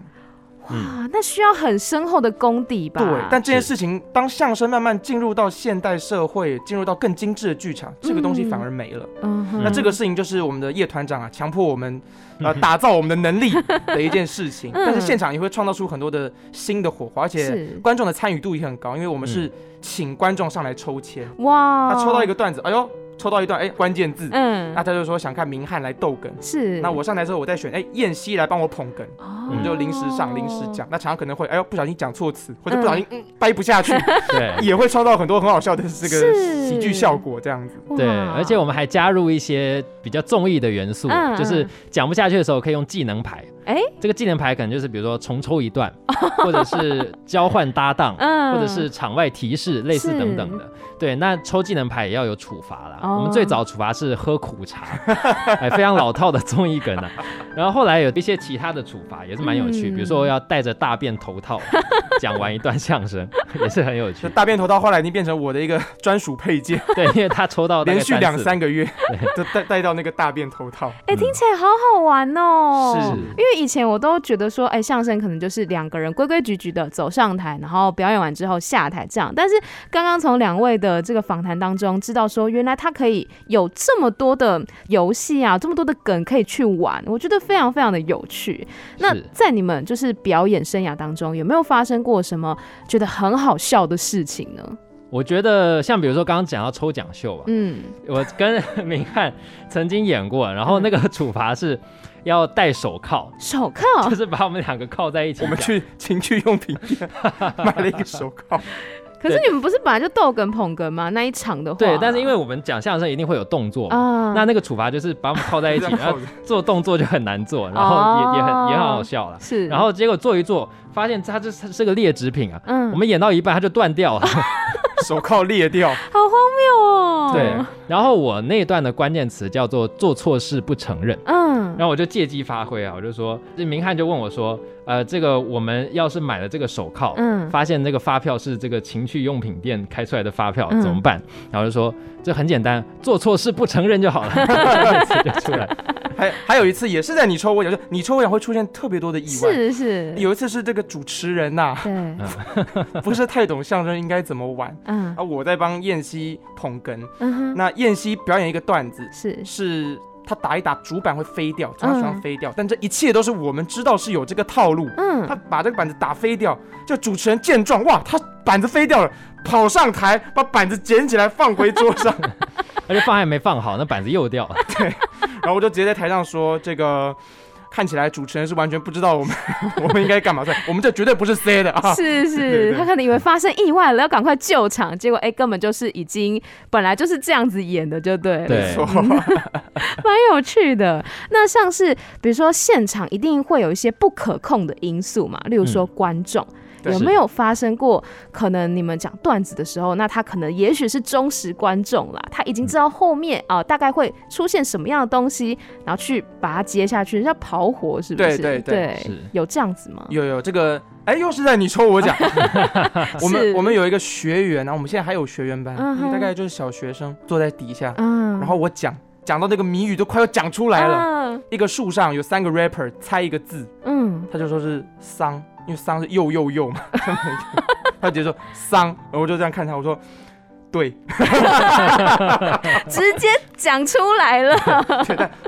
Speaker 3: 哇，那需要很深厚的功底吧？
Speaker 4: 对，但这件
Speaker 5: 是
Speaker 4: 事情当相声慢慢进入到现代社会，进入到更精致的剧场，这个东西反而没了。
Speaker 3: 嗯哼，
Speaker 4: 那这个事情就是我们的叶团长啊，强迫 我们呃打造我们的能力的一件事情。
Speaker 3: 嗯
Speaker 4: 但是现场也会创造出很多的新的火花，而且
Speaker 3: 是嗯
Speaker 4: 观众的参与度也很高，因为我们是请观众上来抽签，
Speaker 3: 哇，
Speaker 4: 他抽到一个段子，哎呦，抽到一段哎关键字，
Speaker 3: 嗯
Speaker 4: 那他就说想看明翰来逗哏。
Speaker 3: 是，哦
Speaker 4: 那我上台之后，我再选哎燕西来帮我捧哏，我
Speaker 3: 我
Speaker 4: 们就临时上临时讲。那常常可能会哎呦不小心讲错词，或者不小心嗯掰不 下去，
Speaker 5: 对。
Speaker 4: 也会创造很多很好笑的这个
Speaker 3: 是
Speaker 4: 喜剧效果，这样子。
Speaker 5: 对，而且我
Speaker 3: 们
Speaker 5: 们还加入一些比较综艺的元素，
Speaker 3: 嗯
Speaker 5: 就是
Speaker 3: 嗯
Speaker 5: 讲不下去的时候可以用技能牌。
Speaker 3: 哎
Speaker 5: 这个技能牌可能就是比如说重抽一段，或者是交换搭档，
Speaker 3: 嗯
Speaker 5: 或者是场外提示，类似
Speaker 3: 是
Speaker 5: 等等的。对，那抽技能牌也要有处罚啦。
Speaker 3: 哦
Speaker 5: 我们最早处罚是喝苦茶， 哎，非常老套的综艺梗啊。然后后来有一些其他的处罚也是蛮有趣，
Speaker 3: 嗯
Speaker 5: 比如说要戴着大便头套讲完一段相声，也是很有趣
Speaker 4: 就。大便头套后来已经变成我的一个专属配件，
Speaker 5: 对，因为他抽到大概
Speaker 4: 连续两
Speaker 5: 次
Speaker 4: 三个月 都戴戴到那个大便头套。
Speaker 3: 哎、
Speaker 5: 嗯
Speaker 3: 听起来好好玩哦！
Speaker 4: 是
Speaker 3: 因为以前我都觉得说，哎、相声可能就是两个人规规矩矩的走上台，然后表演完之后下台这样。但是刚刚从两位的这个访谈当中知道说，原来它可以有这么多的游戏啊，这么多的梗可以去玩，我觉得非常非常的有趣。那
Speaker 5: 是
Speaker 3: 在你们就是表演生涯当中，有没有发生过什么觉得很好笑的事情呢？
Speaker 5: 我觉得像比如说刚刚讲到抽奖秀吧，
Speaker 3: 嗯，
Speaker 5: 我跟 明翰曾经演过，然后那个处罚是要戴手铐，
Speaker 3: 手铐，
Speaker 5: 就是把我们两个铐在一起
Speaker 4: 我
Speaker 5: 讲。
Speaker 4: 们去情趣用品店 买了一个手铐，
Speaker 3: 可是你们不是本来就逗哏捧哏吗？那一场的话，
Speaker 5: 对，但是因为我们讲相声一定会有动作嘛，
Speaker 3: 啊，
Speaker 5: 那那个处罚就是把我们铐在一
Speaker 4: 这
Speaker 5: 起，啊
Speaker 4: 样
Speaker 5: 然
Speaker 4: 铐
Speaker 5: 后
Speaker 4: 着
Speaker 5: 做动作就很难做，然后也也很也很好笑了。
Speaker 3: 哦是，
Speaker 5: 然后结果做一做，发现它这是是个劣质品啊。
Speaker 3: 嗯
Speaker 5: 我们演到一半，它就断掉了。
Speaker 4: 手铐裂掉，
Speaker 3: 好荒谬哦。
Speaker 5: 对，，然后我那段的关键词叫做“做错事不承认”。
Speaker 3: 嗯，
Speaker 5: 然后我就借机发挥啊，我就说，这明翰就问我说，呃，这个我们要是买了这个手铐，
Speaker 3: 嗯
Speaker 5: 发现那个发票是这个情趣用品店开出来的发票，
Speaker 3: 嗯
Speaker 5: 怎么办？然后就说这很简单，做错事不承认就好了，这个词就出来。
Speaker 4: 还还有一次也是在你抽我奖，就你抽我奖会出现特别多的意外。
Speaker 3: 是是，
Speaker 4: 有一次是这个主持人呐、
Speaker 3: 对，
Speaker 5: 嗯
Speaker 4: 不是太懂相声应该怎么玩
Speaker 3: 嗯
Speaker 4: 啊，我在帮燕西捧哏，
Speaker 3: 嗯哼，
Speaker 4: 那燕西表演一个段子，
Speaker 3: 是
Speaker 4: 是他打一打主板会飞掉，从他手上飞掉，但这一切都是我们知道是有这个套路。
Speaker 3: 嗯
Speaker 4: 他把这个板子打飞掉，就主持人见状，哇，他板子飞掉了，跑上台把板子捡起来放回桌 上，
Speaker 5: 而且放还没放好，那板子又掉了。
Speaker 4: 然后我就直接在台上说这个。看起来主持人是完全不知道我们 我们应该干嘛的，我们这绝对不是 C 的啊！
Speaker 3: 是
Speaker 4: 对
Speaker 3: 是，
Speaker 4: 对
Speaker 3: 他可能以为发生意外了，要赶快救场，结果哎，根本就是已经本来就是这样子演的，就对了，
Speaker 5: 对
Speaker 4: 错，
Speaker 3: 嗯 蛮有趣的。那像是比如说现场一定会有一些不可控的因素嘛，例如
Speaker 4: 嗯
Speaker 3: 说观众。
Speaker 5: 对
Speaker 3: 有没有发生过可能你们讲段子的时候，那他可能也许是忠实观众啦，他已经知
Speaker 4: 嗯
Speaker 3: 道后面啊、大概会出现什么样的东西，然后去把它接下去，叫跑火是不是？
Speaker 4: 对对对
Speaker 5: 是
Speaker 3: 有这样子吗？
Speaker 4: 有有这个，哎，又是在你 抽我奖。
Speaker 3: 是
Speaker 4: 我们我们有一个学员，然啊后我们现在还有学员班，
Speaker 3: 嗯哼
Speaker 4: 大概就是小学生坐在底下，
Speaker 3: 嗯，
Speaker 4: 然后我讲讲到那个谜语都快要讲出来了。
Speaker 3: 了，
Speaker 4: 一个树上有三个 rapper 猜一个字，
Speaker 3: 啊嗯，
Speaker 4: 他就说是桑， 因为桑是又又又嘛，他直接说桑，然后我就这样看他，我说对，
Speaker 3: 直接讲出来了。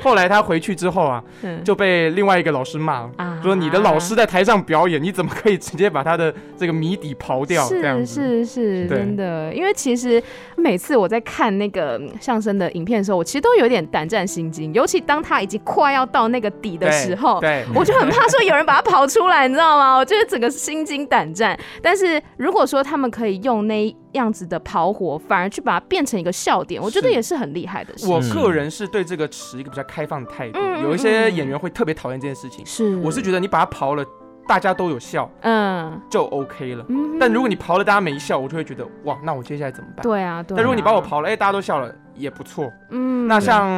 Speaker 4: 后来他回去之后啊，
Speaker 3: 嗯
Speaker 4: 就被另外一个老师骂
Speaker 3: 啊
Speaker 4: 了，说你的老师在台上表演，你怎么可以直接把他的这个谜底刨掉？这样
Speaker 3: 是
Speaker 4: 子，
Speaker 3: 是是，
Speaker 4: 对
Speaker 3: 真的，因为其实每次我在看那个嗯相声的影片的时候，我其实都有点胆战心惊，尤其当他已经快要到那个底的
Speaker 4: 对
Speaker 3: 时候，
Speaker 4: 对，
Speaker 3: 我就很怕说有人把它刨出来，你知道吗？我就是整个心惊胆战。但是如果说他们可以用那样子的跑火，反而去把它变成一个笑点，我觉得
Speaker 4: 是
Speaker 3: 也是很厉害的事。
Speaker 4: 我个人是对这个持一个比较开放的态度，
Speaker 3: 嗯嗯
Speaker 4: 有一些演员会特别讨厌这件事情。
Speaker 3: 是，
Speaker 4: 我是觉得你把它刨了，大家都有笑
Speaker 3: 嗯
Speaker 4: 就 OK 了。
Speaker 3: 嗯哼，
Speaker 4: 但如果你刨了，大家没笑，我就会觉得哇，那我接下来怎么办？
Speaker 3: 对啊，对啊，
Speaker 4: 但如果你把我刨了，哎，大家都笑了也不错。
Speaker 3: 嗯，
Speaker 4: 那像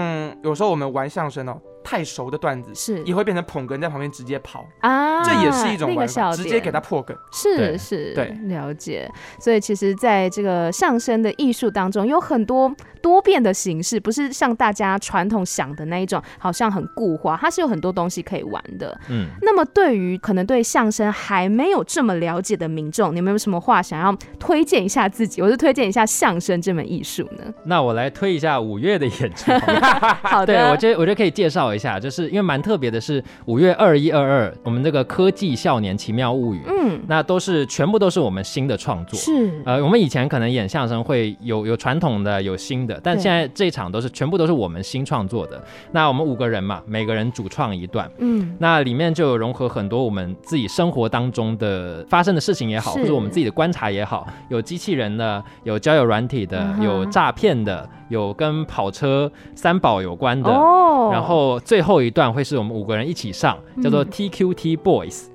Speaker 4: 有时候我们玩相声哦，太熟的段子
Speaker 3: 是
Speaker 4: 也会变成捧哏在旁边直接刨，
Speaker 3: 啊，
Speaker 4: 这也是一种
Speaker 3: 那个
Speaker 4: 玩
Speaker 3: 笑
Speaker 4: 法，
Speaker 3: 点，
Speaker 4: 直接给他破梗。
Speaker 3: 是
Speaker 5: 对
Speaker 3: 是，
Speaker 4: 对
Speaker 3: 了解。所以其实，在这个相声的艺术当中，有很多多变的形式，不是像大家传统想的那一种，好像很固化，它是有很多东西可以玩的。
Speaker 5: 嗯，
Speaker 3: 那么，对于可能对相声还没有这么了解的民众，你们有什么话想要推荐一下自己，或是推荐一下相声这门艺术呢？
Speaker 5: 那我来推一下五月的演出好吗。
Speaker 3: 好
Speaker 5: 对，我
Speaker 3: 的，
Speaker 5: 觉得我觉得可以介绍一下，就是因为蛮特别的是，五月二一二二，我们这个科技少年奇妙物语，
Speaker 3: 嗯，
Speaker 5: 那都是全部都是我们新的创作。
Speaker 3: 是，
Speaker 5: 呃，我们以前可能演相声会有有传统的，有新的，但
Speaker 3: 对
Speaker 5: 现在这场都是全部都是我们新创作的。那我们五个人嘛，每个人主创一段，
Speaker 3: 嗯，
Speaker 5: 那里面就有融合很多我们自己生活当中的发生的事情也好，
Speaker 3: 是
Speaker 5: 或者我们自己的观察也好，有机器人的，有交友软体的
Speaker 3: 嗯，哼
Speaker 5: 有诈骗的，有跟跑车三宝有关的。
Speaker 3: 哦
Speaker 5: 嗯然后最后一段会是我们五个人一起上，叫做
Speaker 3: 嗯
Speaker 5: TQT Boys，、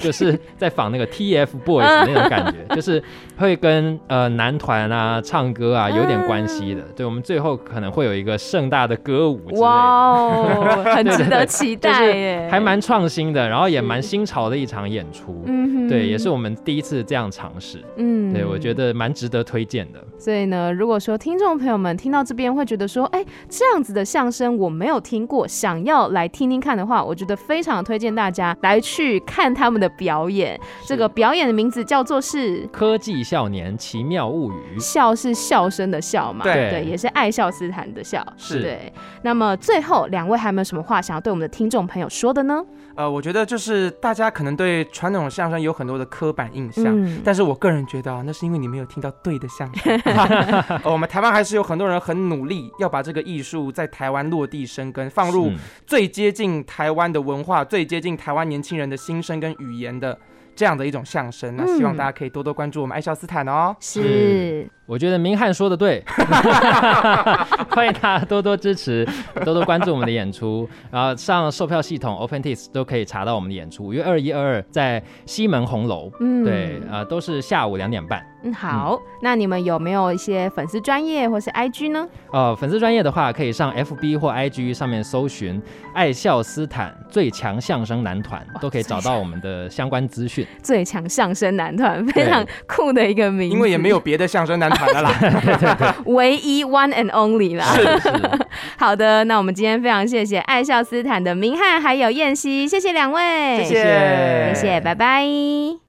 Speaker 5: 就是在仿那个 TF Boys 那种感 觉，就是会跟呃男团啊、唱歌啊有点关系的。对，我们最后可能会有一个盛大的歌舞之类的。
Speaker 3: 哇哦，很
Speaker 5: 对
Speaker 3: 值
Speaker 5: 对
Speaker 3: 得
Speaker 5: 对
Speaker 3: 期
Speaker 5: 就
Speaker 3: 待耶，
Speaker 5: 是还蛮创新的，然后也蛮新潮的一场演出，
Speaker 3: 嗯哼，
Speaker 5: 对，也是我们第一次这样尝试，
Speaker 3: 嗯，
Speaker 5: 对我觉得蛮值得推荐的。
Speaker 3: 所以呢，如果说听众朋友们听到这边会觉得说，哎，这样子的相声我没有听过，想要来听听看的话，我觉得非常推荐大家来去看他们的表演。这个表演的名字叫做是。
Speaker 5: 科技少年奇妙物语，
Speaker 3: 笑是笑声的笑嘛，
Speaker 4: 对
Speaker 3: 也是爱笑斯坦的笑，
Speaker 4: 是
Speaker 3: 对。那么最后两位还有没有什么话想要对我们的听众朋友说的呢？
Speaker 4: 呃，我觉得就是大家可能对传统相声有很多的刻板印象，
Speaker 3: 嗯
Speaker 4: 但是我个人觉得啊，那是因为你没有听到对的相 声。呃我们台湾还是有很多人很努力要把这个艺术在台湾落地生根，放入
Speaker 5: 嗯
Speaker 4: 最接近台湾的文化、最接近台湾年轻人的心声跟语言的这样的一种相声。那希望
Speaker 3: 嗯
Speaker 4: 大家可以多多关注我们爱笑斯坦哦。
Speaker 3: 是，
Speaker 5: 我觉得明翰说的对， 欢迎大家多多支持，多多关注我们的演出，然后上售票系统 OpenTix 都可以查到我们的演出，五月二一二二在西门红楼，
Speaker 3: 嗯
Speaker 5: 对，呃，都是下午两点半。
Speaker 3: 嗯，好。那你们有没有一些粉丝专业或是 IG 呢？
Speaker 5: 呃，粉丝专业的话，可以上 FB 或 IG 上面搜寻“爱笑斯坦最强相声男团
Speaker 3: 哇”，
Speaker 5: 都可以找到我们的相关 资讯。
Speaker 3: 最强相声男团，非常酷的一个名字，
Speaker 4: 因为也没有别的相声男团 了啦，
Speaker 3: 唯一 one and only 啦。
Speaker 5: 是，
Speaker 3: 好的，那我们今天非常谢谢爱笑斯坦的明翰还有燕西，谢谢两位，
Speaker 4: 谢谢
Speaker 3: 谢谢，拜拜。